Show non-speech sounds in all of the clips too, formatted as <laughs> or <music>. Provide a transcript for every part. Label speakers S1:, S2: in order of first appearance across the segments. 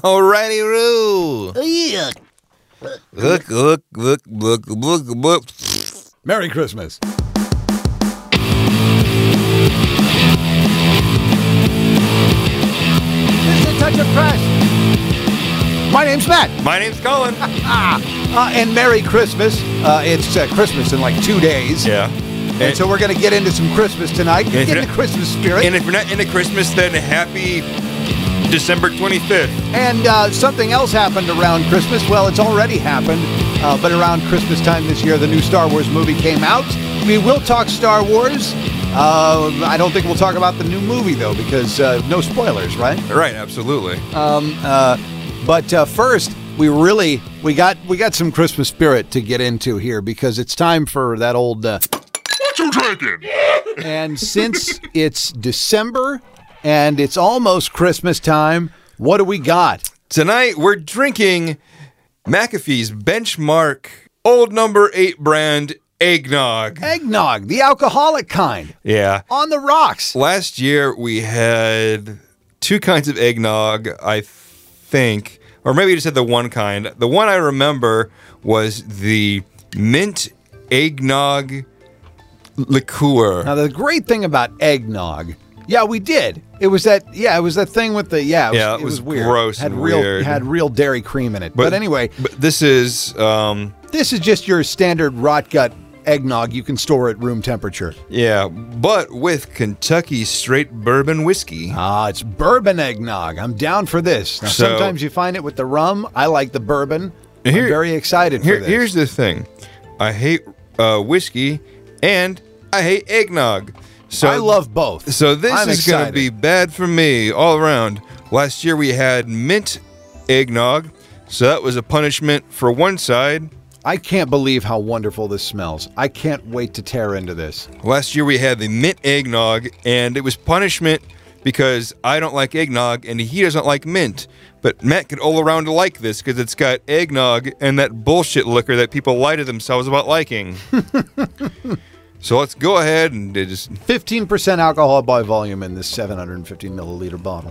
S1: Alrighty, Roo.
S2: Yuck.
S1: Look, look, look, look, look, look.
S3: Merry Christmas.
S2: This is a touch of press. My name's Matt,
S1: My name's Colin.
S2: uh, and Merry Christmas. Uh, it's uh, Christmas in like two days,
S1: Yeah.
S2: and so we're gonna get into some Christmas tonight.
S1: Yeah,
S2: Get in
S1: yeah.
S2: the Christmas spirit,
S1: And if you're not into Christmas, then happy December 25th.
S2: and uh, something else happened around Christmas. Well, it's already happened, uh, but around Christmas time this year, the new Star Wars movie came out. We will talk Star Wars. Uh, I don't think we'll talk about the new movie though, because uh, no spoilers, right?
S1: Right, absolutely.
S2: Uh, but uh, first, we really we got we got some Christmas spirit to get into here because it's time for that old. Uh, and since it's December and it's almost Christmas time, what do we got?
S1: Tonight, we're drinking McAfee's Benchmark Old Number 8 brand eggnog.
S2: Eggnog, the alcoholic kind,
S1: Yeah.
S2: on the rocks.
S1: Last year, we had two kinds of eggnog, I think, or maybe you just had the one kind. The one I remember was the mint eggnog liqueur.
S2: Now the great thing about eggnog, yeah, we did. It was that, yeah, it was that thing with the, yeah, it was,
S1: Yeah, it was
S2: weird.
S1: gross
S2: had
S1: and
S2: real,
S1: weird.
S2: had real dairy cream in it. But, anyway,
S1: but this is um,
S2: this is just your standard rot gut eggnog you can store at room temperature.
S1: yeah, but with Kentucky straight bourbon whiskey.
S2: Ah, it's bourbon eggnog. I'm down for this. Now,
S1: So-
S2: sometimes you find it with the rum. I like the bourbon.
S1: Here-
S2: I'm very excited
S1: Here,
S2: for this.
S1: here's the thing, I hate uh, whiskey and I hate eggnog. So
S2: I love both.
S1: So this
S2: I'm
S1: is going to
S2: excited.
S1: be bad for me all around. Last year we had mint eggnog, so that was a punishment for one side.
S2: I can't believe how wonderful this smells. I can't wait to tear into this.
S1: Last year we had the mint eggnog, and it was punishment because I don't like eggnog and he doesn't like mint. But Matt could all around like this because it's got eggnog and that bullshit liquor that people lie to themselves about
S2: <laughs>
S1: liking. so let's go ahead and just
S2: 15% alcohol by volume in this 750 milliliter bottle.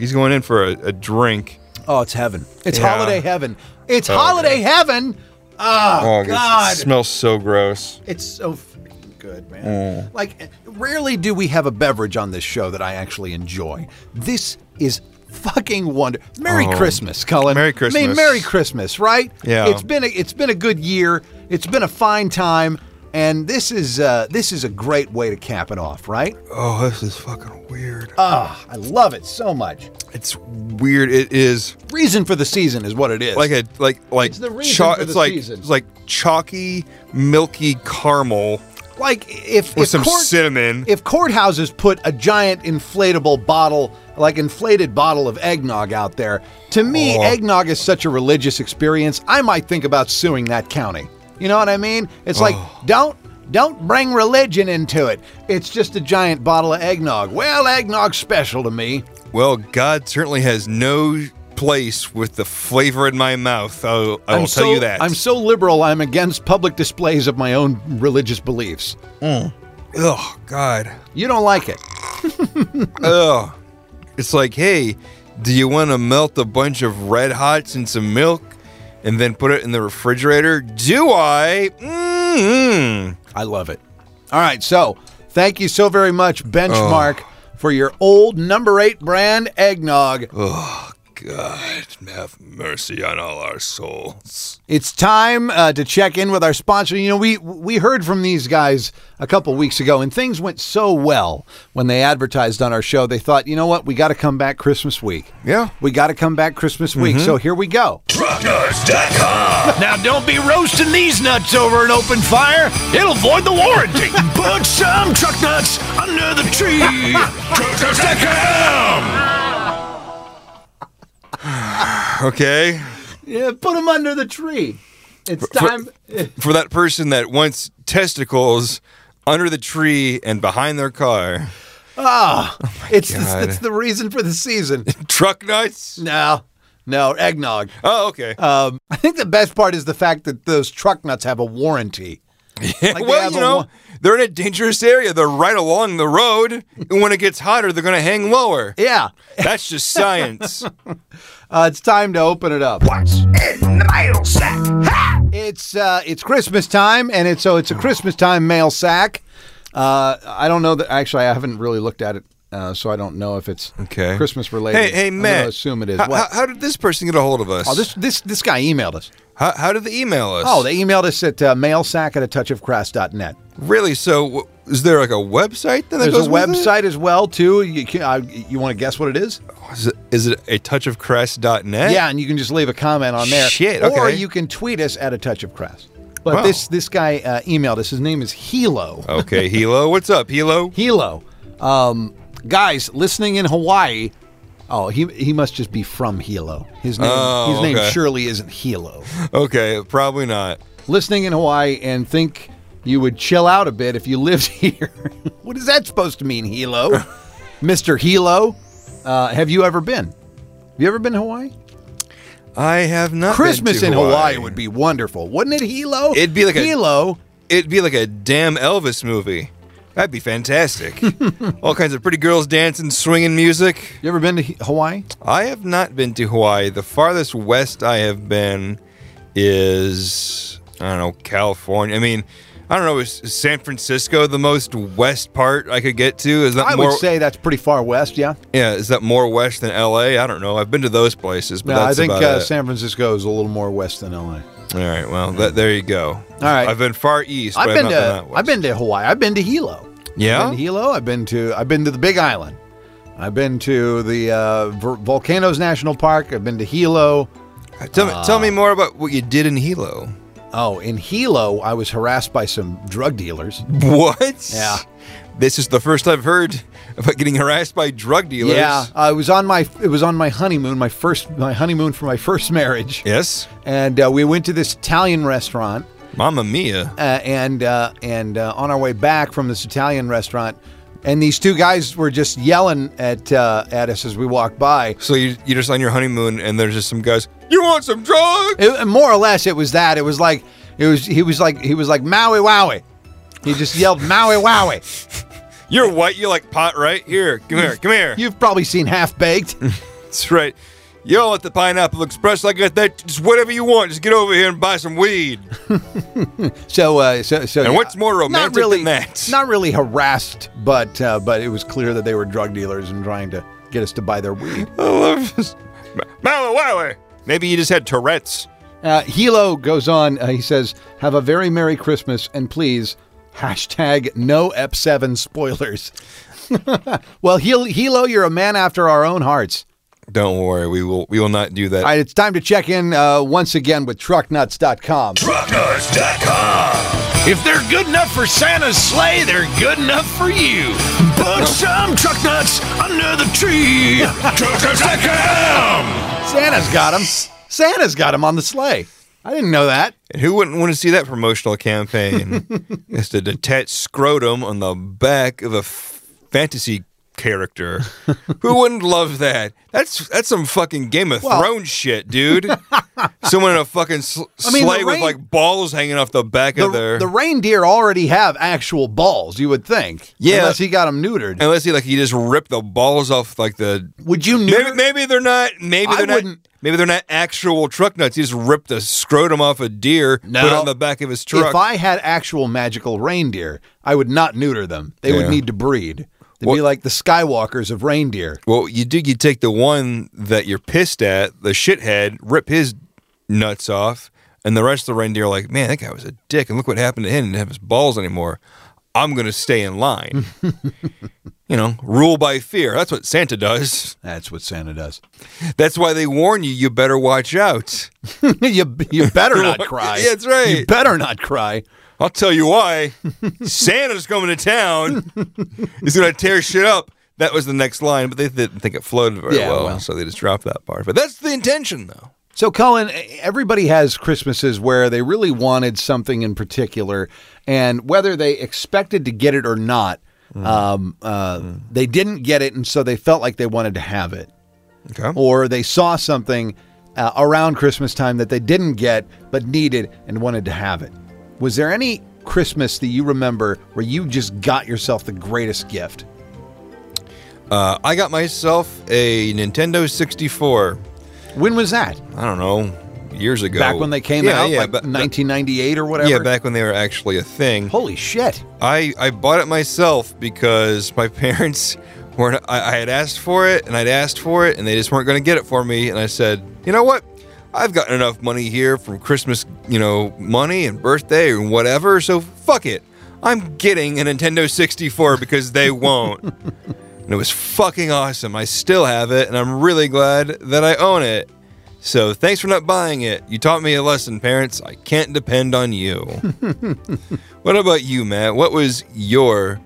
S1: he's going in for a, a drink.
S2: Oh, it's heaven. It's
S1: Yeah.
S2: holiday heaven. It's holiday heaven.
S1: Oh,
S2: God.
S1: It smells so gross.
S2: It's so freaking good, man.
S1: Mm.
S2: Like, rarely do we have a beverage on this show that I actually enjoy. This is fucking wonder. Merry
S1: Oh.
S2: Christmas, Cullen.
S1: Merry
S2: I mean,
S1: Christmas.
S2: Merry Christmas, right?
S1: Yeah.
S2: It's been a, it's been a good year. It's been a fine time, and this is uh, this is a great way to cap it off, right?
S1: Oh, this is fucking weird.
S2: Ah, I love it so much.
S1: it's weird. It is
S2: Reason for the season is what it is.
S1: like a like like
S2: the reason
S1: cho-
S2: for
S1: it's
S2: the
S1: like
S2: season.
S1: it's like chalky, milky caramel
S2: like if
S1: with
S2: if
S1: some
S2: court-
S1: cinnamon.
S2: if courthouses put a giant inflatable bottle, like inflated bottle of eggnog out there, to me,
S1: Oh.
S2: eggnog is such a religious experience. I might think about suing that county. You know what I mean? It's like
S1: Oh.
S2: don't don't bring religion into it. It's just a giant bottle of eggnog. Well, eggnog's special to me.
S1: well, God certainly has no place with the flavor in my mouth. I'll, I will
S2: I'm
S1: tell
S2: so-
S1: you that.
S2: I'm so liberal. I'm against public displays of my own religious beliefs.
S1: oh God.
S2: You don't like it.
S1: Ugh. It's like, hey, do you want to melt a bunch of red hots in some milk and then put it in the refrigerator? Do I? mm
S2: I love it. All right, so thank you so very much, Benchmark, for your old number eight brand eggnog.
S1: Oh, God, have mercy on all our souls.
S2: It's time uh, to check in with our sponsor. You know, we we heard from these guys a couple weeks ago, and things went so well when they advertised on our show. They thought, you know what, we got to come back Christmas week.
S1: Yeah.
S2: we got to come back Christmas week. So here we go.
S4: Now don't be roasting these nuts over an open fire. It'll void the warranty. Put some truck nuts under the tree. Trucknuts.com.
S1: <sighs> Okay.
S2: Yeah, put them under the tree. It's time.
S1: For Oh that person that wants testicles under the tree and behind their car, <laughs>
S2: <laughs> it's,
S1: God.
S2: it's the reason for
S1: <laughs>
S2: the season.
S1: truck nuts?
S2: no, no eggnog.
S1: Oh, okay.
S2: Uh, Um, I think the best part is the fact that those truck nuts have a warranty.
S1: <laughs>
S2: Like, they
S1: well,
S2: have
S1: you
S2: a
S1: know,
S2: wa-
S1: they're in a dangerous area. They're right along the road. And when it gets hotter, they're going to hang
S2: <laughs>
S1: lower.
S2: yeah.
S1: That's just science.
S2: Uh, it's time to open it up.
S4: What's in the mail sack? Ha!
S2: It's uh, it's Christmas time, and it's so it's a Christmas time mail sack. Uh, I don't know that actually. I haven't really looked at it, uh, so I don't know if it's
S1: Okay.
S2: Christmas related.
S1: Hey, hey,
S2: I'm
S1: Matt.
S2: gonna assume it is.
S1: How,
S2: What?
S1: how- how did this person get a hold of us?
S2: oh, this this this guy emailed us.
S1: how, how did they email us?
S2: Oh, they emailed us at uh, mailsack at a touch of net.
S1: really? So, w- is there like a website that
S2: There's
S1: goes
S2: a
S1: with it?
S2: website as well too. You can, uh, you want to guess what it is?
S1: Is it, is it a touchofcrest.net?
S2: Yeah, and you can just leave a comment on there.
S1: Shit,
S2: Or
S1: okay.
S2: you can tweet us at a touch of crest. But
S1: Wow.
S2: this this guy uh, emailed us. His name is Hilo. <laughs>
S1: Okay, Hilo. What's up, Hilo?
S2: Hilo. Um, guys listening in Hawaii. Oh, he he must just be from Hilo. His name
S1: Oh,
S2: his name
S1: okay.
S2: surely isn't Hilo.
S1: Okay, probably not.
S2: listening in Hawaii and think you would chill out a bit if you <laughs> lived here. what is that supposed to mean, Hilo?
S1: <laughs>
S2: Mr. Hilo, uh, have you ever been? Have you ever been to Hawaii?
S1: I have not. been
S2: Christmas
S1: to
S2: in Hawaii.
S1: Hawaii.
S2: would be wonderful, wouldn't it, Hilo?
S1: It'd be like a-
S2: Hilo.
S1: It'd be like a damn Elvis movie. That'd be
S2: <laughs>
S1: fantastic. All kinds of pretty girls dancing, swinging music.
S2: You ever been to H- Hawaii?
S1: I have not been to Hawaii. The farthest west I have been is I don't know California. I mean, I don't know. Is is San Francisco the most west part I could get to? Is that
S2: I
S1: more?
S2: would say that's pretty far west. Yeah,
S1: yeah, is that more west than L.A.? I don't know. I've been to those places, but
S2: no, I
S1: that's
S2: think
S1: about
S2: uh,
S1: it.
S2: San Francisco is a little more west than LA.
S1: All right. Well, that, there you go. All
S2: right.
S1: I've been far east.
S2: I've
S1: but
S2: been
S1: I've not
S2: to
S1: that west.
S2: I've been to Hawaii. I've been to Hilo.
S1: Yeah?
S2: I've been to Hilo. I've been to I've been to the Big Island. I've been to the uh, Vol- Volcanoes National Park. I've been to Hilo.
S1: Tell me, tell
S2: Ah.
S1: me more about what you did in
S2: <laughs>
S1: Hilo.
S2: Oh, in Hilo, I was harassed by some drug dealers.
S1: What?
S2: Yeah.
S1: This is the first I've heard <laughs> about getting harassed by drug dealers.
S2: Yeah, I was on my it was on my honeymoon, my first my honeymoon for my <laughs> first marriage,
S1: Yes.
S2: and uh, we went to this Italian restaurant.
S1: Mamma mia.
S2: uh, and uh, and uh, on our way back from this Italian restaurant, and these two guys were just yelling at uh, at us as we walked by.
S1: So you, you're just on your honeymoon, and there's just some guys. You want some drugs?
S2: It, more or less, it was that. It was like it was he was like he was like Maui Wowie. He just yelled Maui Wowie.
S1: You're white. You like pot, right? Here, come here, come here.
S2: You've probably seen
S1: <laughs>
S2: Half Baked.
S1: That's right. Y'all at the Pineapple Express, like I that. Just whatever you want. Just get over here and buy some weed.
S2: So uh, so so.
S1: And
S2: yeah,
S1: what's more romantic
S2: not really,
S1: than that?
S2: Not really harassed, but uh, but it was clear that they were drug dealers and trying to get us to buy
S1: <laughs>
S2: their weed.
S1: <laughs> I love this. Mamma mia. Maybe you just had Tourette's.
S2: Uh, Hilo goes on. Uh, he says, "Have a very merry Christmas, and please hashtag no Ep Seven spoilers." <laughs> well, Hil- Hilo, you're a man after our own hearts.
S1: Don't worry, we will. We will not do that.
S2: All right, it's time to check in uh, once again with TruckNuts.com.
S4: TruckNuts.com. If they're good enough for Santa's sleigh, they're good enough for you. Put some truck nuts under the tree. TruckNuts.com.
S2: Santa's got him. Santa's got him on the sleigh. I didn't know that.
S1: And who wouldn't want to see that promotional campaign? <laughs> it's to detach scrotum on the back of a f- fantasy
S2: <laughs>
S1: character. who wouldn't love that? That's that's some fucking Game of
S2: Well-
S1: Thrones shit,
S2: <laughs>
S1: dude. Someone in a fucking sl-
S2: I mean, the
S1: sleigh with
S2: rain-
S1: like balls hanging off the back
S2: The,
S1: of their.
S2: the reindeer already have actual balls. You would think,
S1: Yeah.
S2: unless he got them neutered.
S1: Unless he like he just ripped the balls off like the.
S2: Would you neuter?
S1: Maybe, maybe they're not. Maybe
S2: I
S1: they're not.
S2: wouldn't-
S1: Maybe they're not actual truck nuts. He just ripped a scrotum off a deer,
S2: No.
S1: put it on the back of his truck.
S2: If I had actual magical reindeer, I would not neuter them. They would
S1: Yeah.
S2: need to breed. They'd be
S1: What-
S2: like the Skywalkers of reindeer.
S1: Well, you do. You take the one that you're pissed at, the shithead, rip his nuts off, and the rest of the reindeer are like, man, that guy was a dick, and look what happened to him. He didn't have his balls anymore. I'm gonna stay in
S2: <laughs>
S1: line. you know, rule by fear. That's what Santa does.
S2: That's what Santa does. <laughs>
S1: That's why they warn you. You better watch out.
S2: you, you better
S1: <laughs>
S2: not cry.
S1: Yeah, that's right.
S2: You better not cry.
S1: I'll tell you why. Santa's coming to town. He's gonna tear shit up. That was the next line, but they didn't think it floated very
S2: Yeah,
S1: well,
S2: well.
S1: so they just dropped that part. But that's the intention, though.
S2: So, Colin, everybody has Christmases where they really wanted something in particular, and whether they expected to get it or not,
S1: Mm.
S2: um, uh, they didn't get it, and so they felt like they wanted to have it.
S1: Okay.
S2: or they saw something uh, around Christmas time that they didn't get but needed and wanted to have it. Was there any Christmas that you remember where you just got yourself the greatest gift?
S1: Uh, I got myself a Nintendo 64.
S2: When was that?
S1: I don't know, years ago.
S2: Back when they came
S1: Oh. Yeah,
S2: out,
S1: yeah,
S2: like
S1: ba- ba-
S2: 1998 or whatever.
S1: yeah, back when they were actually a thing.
S2: Holy shit!
S1: I, I bought it myself because my <laughs> parents weren't. I, I had asked for it and I'd asked for it and they just weren't going to get it for me. And I said, you know what? I've gotten enough money here from Christmas, you know, money and birthday and whatever. So fuck it. I'm getting a Nintendo 64 because they won't. and it was fucking awesome. I still have it and I'm really glad that I own it. So thanks for not buying it. You taught me a lesson, parents. I can't depend on
S2: <laughs>
S1: you. What about you, Matt? What was your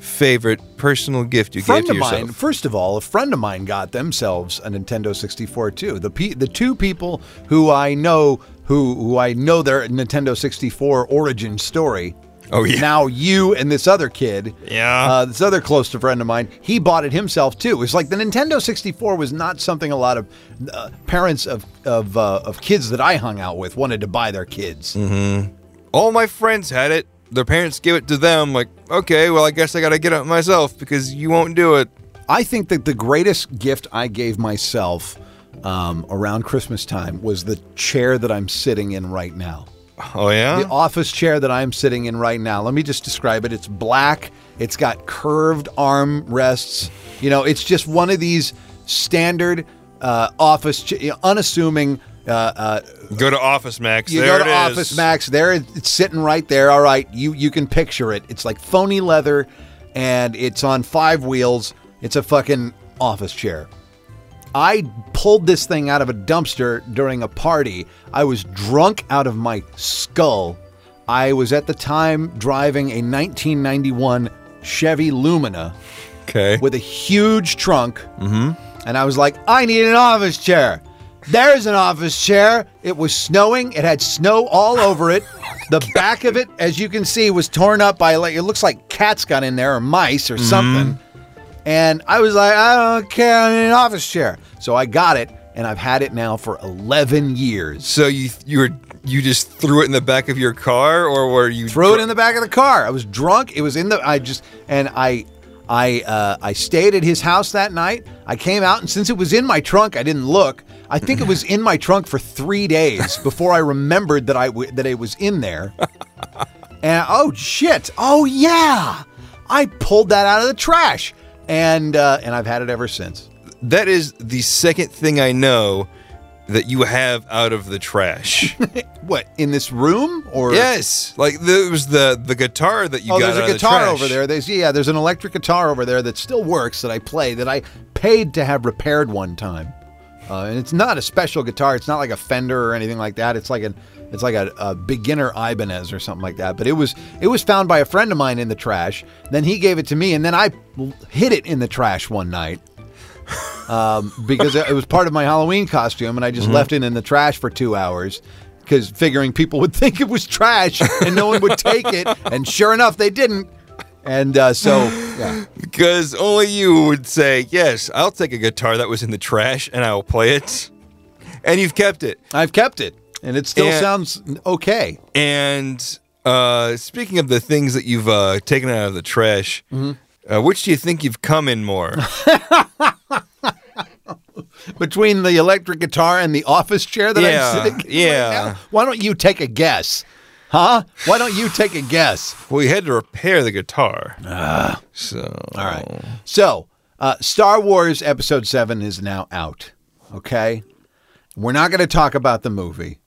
S1: favorite personal gift you
S2: friend
S1: gave to
S2: of
S1: yourself?
S2: mine. First of all, a friend of mine got themselves a Nintendo 64 too. The pe- the two people who I know who who I know their Nintendo 64 origin story.
S1: Oh, yeah.
S2: Now you and this other kid.
S1: Yeah.
S2: Uh, this other close to friend of mine. He bought it himself too. It was like the Nintendo 64 was not something a lot of uh, parents of of uh, of kids that I hung out with wanted to buy their kids.
S1: All my friends had it. Their parents gave it to them. Like, okay, well, I guess I got to get it myself because you won't do it.
S2: I think that the greatest gift I gave myself um, around Christmas time was the chair that I'm sitting in right now.
S1: Oh, yeah?
S2: The office chair that I'm sitting in right now. Let me just describe it. It's black. It's got curved arm rests. You know, it's just one of these standard uh, office, cha- you know, unassuming. Uh, uh,
S1: go to Office Max.
S2: you
S1: there
S2: go to
S1: it is.
S2: Office Max. There, it- it's sitting right there. All right, you you can picture it. It's like phony leather, and it's on five wheels. It's a fucking office chair. I pulled this thing out of a dumpster during a party. I was drunk out of my skull. I was at the time driving a 1991 Chevy Lumina
S1: Okay.
S2: <laughs> with a huge trunk. Mm-hmm. And I was like, I need an office chair. There's an office chair. It was snowing. It had snow all over it. The back of it, as you can see, was torn up by like it looks like cats got in there or mice or something. And I was like, I don't care. I need an office chair. So I got it, and I've had it now for 11 years.
S1: so you you were you just threw it in the back of your car, or were you
S2: Threw it in the back of the car. I was drunk. It was in the. I just and I, I, uh, I stayed at his house that night. I came out and since it was in my trunk, I didn't look. I think it was in my trunk for three days before I remembered that I w- that it was in there. <laughs> And oh shit! Oh yeah! I pulled that out of the trash, and uh, and I've had it ever since.
S1: That is the second thing I know that you have out of the trash.
S2: <laughs> What in this room or
S1: yes, like there was the the guitar that you
S2: Oh,
S1: got.
S2: there's
S1: out
S2: a
S1: of the
S2: guitar
S1: trash.
S2: over there. There's yeah, there's an electric guitar over there that still works that I play that I paid to have repaired one time. Uh, and it's not a special guitar. It's not like a Fender or anything like that. It's like an it's like a, a beginner Ibanez or something like that. But it was it was found by a friend of mine in the trash. Then he gave it to me, and then I l- hid it in the trash one night because it was part of my Halloween costume, and I
S1: Mm-hmm.
S2: just left it in the trash for two hours because figuring people would <laughs> think it was trash and no one would take it. And sure enough, they didn't. And uh, so, yeah.
S1: Because only you would say, Yes, I'll take a guitar that was in the trash and I'll play it. And you've kept it.
S2: I've kept it, and it still
S1: Yeah.
S2: sounds okay.
S1: And uh, speaking of the things that you've uh, taken out of the trash,
S2: Mm-hmm.
S1: uh, which do you think you've come in
S2: <laughs>
S1: more?
S2: Between the electric guitar and the office chair that
S1: Yeah,
S2: I'm sitting in
S1: yeah.
S2: right now, why don't you take a guess? Huh? Why don't you take a guess?
S1: well, you had to repair the guitar. so.
S2: Ah. All right. So, uh, Star Wars Episode 7 is now out. Okay. We're not going to talk about the movie.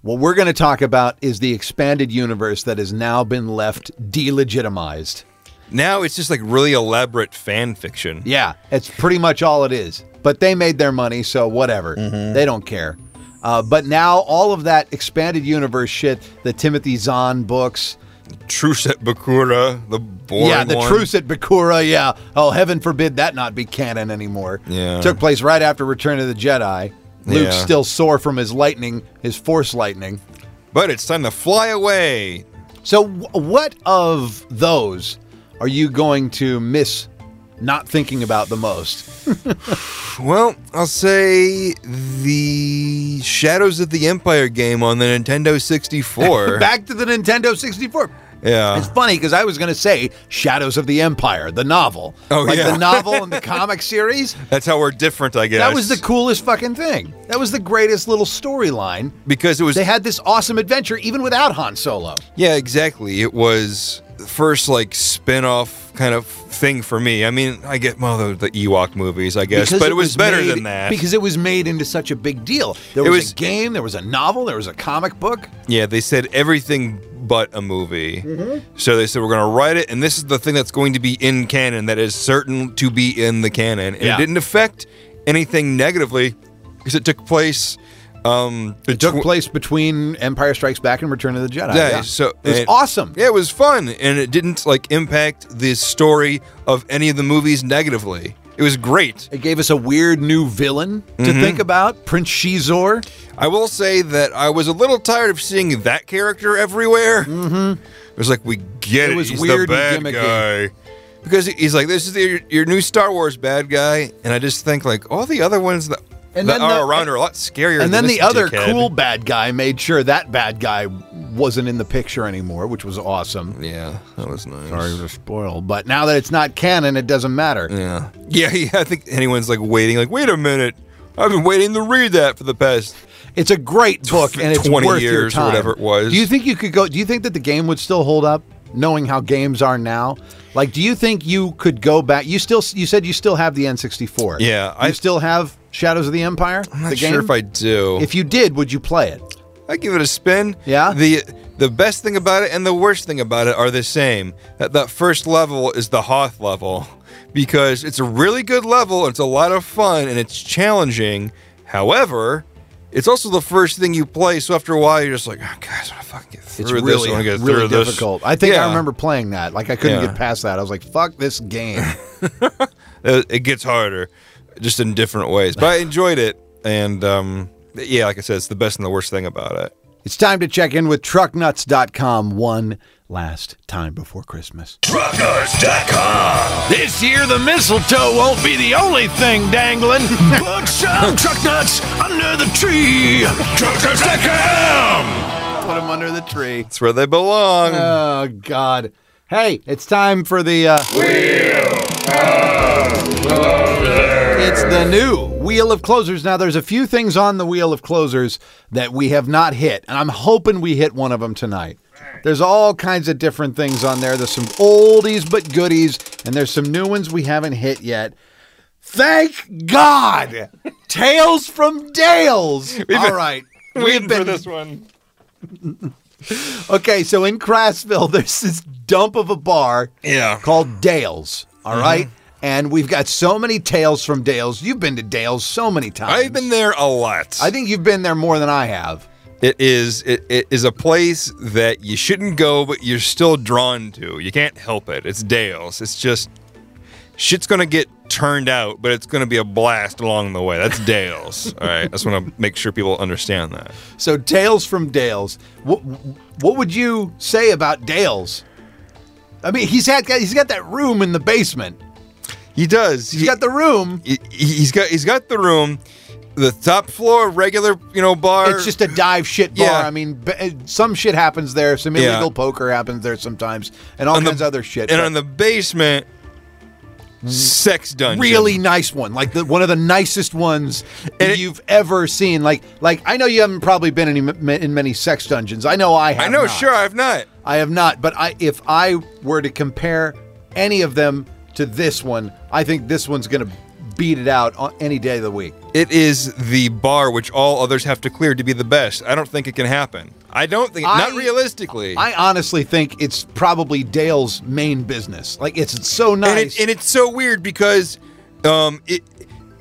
S2: What we're going to talk about is the expanded universe that has now been left delegitimized.
S1: Now it's just like really elaborate fan fiction.
S2: Yeah, that's pretty much all it is. But they made their money, so whatever. They don't care. Uh, but now all of that expanded universe shit, the Timothy Zahn books,
S1: Truce at Bakura, the boring
S2: Yeah, the
S1: one.
S2: truce at Bakura. Yeah. Oh, heaven forbid that not be canon anymore.
S1: Yeah.
S2: Took place right after Return of the Jedi. Luke's
S1: Yeah.
S2: still sore from his lightning, his force lightning.
S1: But it's time to fly away.
S2: So, wh- what of those are you going to miss not thinking about the most?
S1: Well, I'll say the Shadows of the Empire game on the Nintendo 64.
S2: <laughs> Back to the Nintendo 64.
S1: Yeah.
S2: It's funny because I was going to say Shadows of the Empire, the novel.
S1: Oh,
S2: like
S1: yeah.
S2: the novel
S1: <laughs>
S2: and the comic series.
S1: That's how we're different, I guess.
S2: That was the coolest fucking thing. That was the greatest little storyline.
S1: because it was
S2: They had this awesome adventure even without Han Solo.
S1: Yeah, exactly. It was the first like spin-off kind of thing for me. I mean, I get well the, the Ewok movies, I guess, but it was, better
S2: made-
S1: than that.
S2: Because it was made into such a big deal. There
S1: It
S2: was,
S1: was-
S2: a game, there was a novel, there was a comic book.
S1: yeah, they said everything but a movie.
S2: Mm-hmm.
S1: So they said we're going to write it and this is the thing that's going to be in canon that is certain to be in the canon. And
S2: Yeah.
S1: it didn't affect anything negatively because it took place um
S2: It took place between Empire Strikes Back and Return of the Jedi.
S1: Yeah,
S2: Yeah.
S1: so
S2: it was
S1: and-
S2: awesome.
S1: Yeah, it was fun, and it didn't like impact the story of any of the movies negatively. It was great.
S2: It gave us a weird new villain to think about, Prince Shizor.
S1: I will say that I was a little tired of seeing that character everywhere. Mm-hmm. It was like we get
S2: It
S1: it.
S2: was
S1: he's
S2: weird
S1: the
S2: and
S1: bad guy.
S2: gimmicky.
S1: Because he- he's like, this is your, your new Star Wars bad guy, and I just think like all the other ones that,
S2: And
S1: that
S2: then
S1: are
S2: the-
S1: around are a lot scarier.
S2: And then
S1: than this
S2: the other
S1: dickhead.
S2: cool bad guy made sure that bad guy wasn't in the picture anymore, which was awesome.
S1: Yeah, that was nice.
S2: Sorry to spoil, but now that it's not canon, it doesn't matter.
S1: Yeah. Yeah, <laughs> yeah, I think anyone's like waiting, like, wait a minute. I've been waiting to read that for the past.
S2: It's a great book, and it's
S1: 20
S2: worth your
S1: years or
S2: time.
S1: whatever it was.
S2: Do you think you could go? Do you think that the game would still hold up, knowing how games are now? Like, do you think you could go back? You still, you said you still have the N64.
S1: Yeah,
S2: you
S1: I-
S2: still have Shadows of the Empire.
S1: I'm not
S2: the
S1: sure
S2: game?
S1: if I do.
S2: If you did, would you play it?
S1: I give it a spin.
S2: Yeah?
S1: The the best thing about it and the worst thing about it are the same. That that first level is the Hoth level <laughs> because it's a really good level, it's a lot of fun and it's challenging. However, it's also the first thing you play, so after a while you're just like, oh, God, I want to fucking get through
S2: It's
S1: this.
S2: really,
S1: I want to get
S2: really
S1: through this."
S2: difficult. I think I
S1: Yeah.
S2: remember playing that. Like, I couldn't
S1: Yeah.
S2: get past that. I was like, "Fuck this game." <laughs>
S1: Uh, it gets harder, just in different ways. But I enjoyed it, and um, yeah, like I said, it's the best and the worst thing about it.
S2: it's time to check in with TruckNuts.com one last time before Christmas.
S4: Trucknuts.com. This year, the mistletoe won't be the only thing dangling. Put some truck nuts under the tree. Trucknuts.com.
S2: Put them under the tree.
S1: It's where they belong.
S2: Oh God! Hey, it's time for the uh, wheel. It's the new wheel of closers. Now, there's a few things on the wheel of closers that we have not hit, and I'm hoping we hit one of them tonight. There's all kinds of different things on there. There's some oldies but goodies, and there's some new ones we haven't hit yet. Thank God! Tales from Dales. all right. We've been
S1: one.
S2: Okay, so in Crassville, <laughs> there's this dump of a bar
S1: Yeah. Mm-hmm.
S2: called Dale's. All right, and we've got so many tales from Dale's. You've been to Dale's so many times.
S1: I've been there a lot.
S2: I think you've been there more than I have.
S1: it is it, it is a place that you shouldn't go, but you're still drawn to. You can't help it. It's Dale's. It's just shit's gonna get turned out, but it's gonna be a blast along the way. That's <laughs> Dale's. All right. I just want to make sure people understand that.
S2: So Tales from Dale's. What what would you say about Dale's? I mean, he's had he's got that room in the basement.
S1: He does.
S2: He's got the room.
S1: he- he's got he's got the room, the top floor regular you know bar.
S2: It's just a dive shit bar.
S1: Yeah.
S2: I mean, b- some shit happens there. Some
S1: Yeah.
S2: illegal poker happens there sometimes, and all
S1: On the-
S2: kinds of other shit.
S1: and
S2: but-
S1: on the basement, sex dungeon.
S2: really nice one, like the, one of the nicest ones
S1: And it-
S2: you've ever seen. Like, like I know you haven't probably been in, m- in many sex dungeons. I know I have.
S1: I know.
S2: not.
S1: Sure, I've not.
S2: I have not. But I, if I were to compare any of them to this one, I think this one's going to beat it out on any day of the week.
S1: It is the bar which all others have to clear to be the best. I don't think it can happen. I don't think not
S2: I-
S1: realistically.
S2: I honestly think it's probably Dale's main business. Like, it's so nice.
S1: and, it, and it's so weird because um, it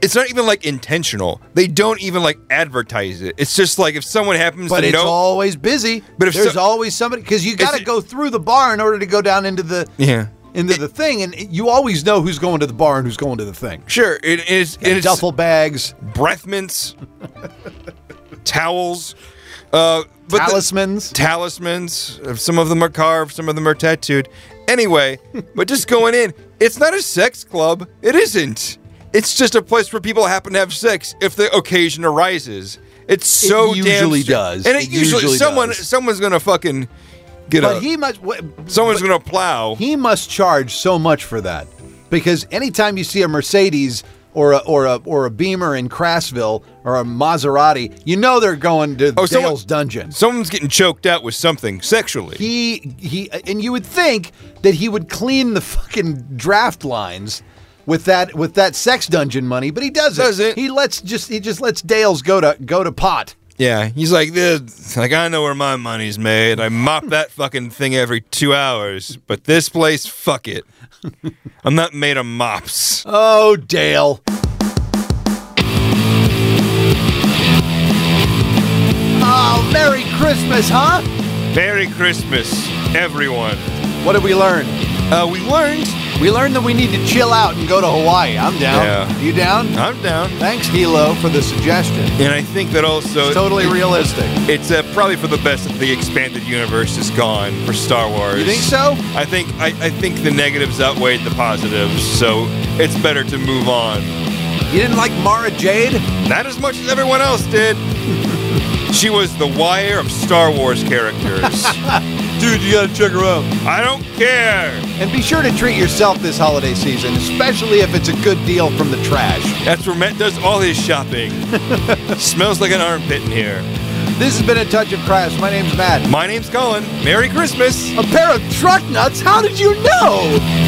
S1: it's not even like intentional. They don't even like advertise it. It's just like if someone happens
S2: but
S1: to
S2: it's
S1: know.
S2: always busy.
S1: But if
S2: there's
S1: so-
S2: always somebody, because you got to
S1: it-
S2: go through the bar in order to go down into the
S1: Yeah.
S2: into the thing, and you always know who's going to the bar and who's going to the thing.
S1: Sure, it is. It is
S2: Duffel bags,
S1: breath mints, towels, uh, but the-
S2: talismans.
S1: talismans. uh, Some of them are carved, some of them are tattooed.
S2: <laughs>
S1: Anyway, but just going in, it's not a sex club. It isn't. It's just a place where people happen to have sex if the occasion arises. It's so damn
S2: usually
S1: str-
S2: does.
S1: and it,
S2: It
S1: usually,
S2: usually
S1: someone
S2: does.
S1: someone's gonna fucking Get
S2: but
S1: a-
S2: he must wh-
S1: Someone's gonna plow.
S2: he must charge so much for that because anytime you see a Mercedes or a or a or a Beamer in Crassville or a Maserati, you know they're going to
S1: Oh,
S2: Dale's
S1: someone-
S2: dungeon.
S1: Someone's getting choked out with something sexually.
S2: He he, and you would think that he would clean the fucking draft lines with that with that sex dungeon money, but he doesn't.
S1: Doesn't.
S2: He lets just he just lets Dale's go to go to pot.
S1: yeah, he's like, "This- like I know where my money's made. I
S2: <laughs>
S1: mop that fucking thing every two hours, but this place, fuck it. I'm not made of mops.
S2: Oh, Dale. Oh, Merry Christmas, huh?
S1: Merry Christmas, everyone.
S2: What did we learn?
S1: Uh, we learned.
S2: We learned that we need to chill out and go to Hawaii. I'm down.
S1: Yeah.
S2: You down?
S1: I'm down,
S2: Thanks, Hilo, for the suggestion.
S1: and I think that also
S2: It's totally realistic.
S1: It's uh, probably for the best that the expanded universe is gone for Star Wars.
S2: You think so?
S1: I think I, I think the negatives outweighed the positives, so it's better to move on.
S2: You didn't like Mara Jade?
S1: Not as much as everyone else did. she was the wire of Star Wars characters.
S2: <laughs> Dude, you gotta check her out.
S1: I don't care.
S2: And be sure to treat yourself this holiday season, especially if it's a good deal from the trash.
S1: That's where Matt does all his
S2: <laughs>
S1: shopping. Smells like an armpit in here.
S2: This has been A Touch of Crash. My name's Matt.
S1: My name's Colin. Merry Christmas.
S2: A pair of truck nuts? How did you know?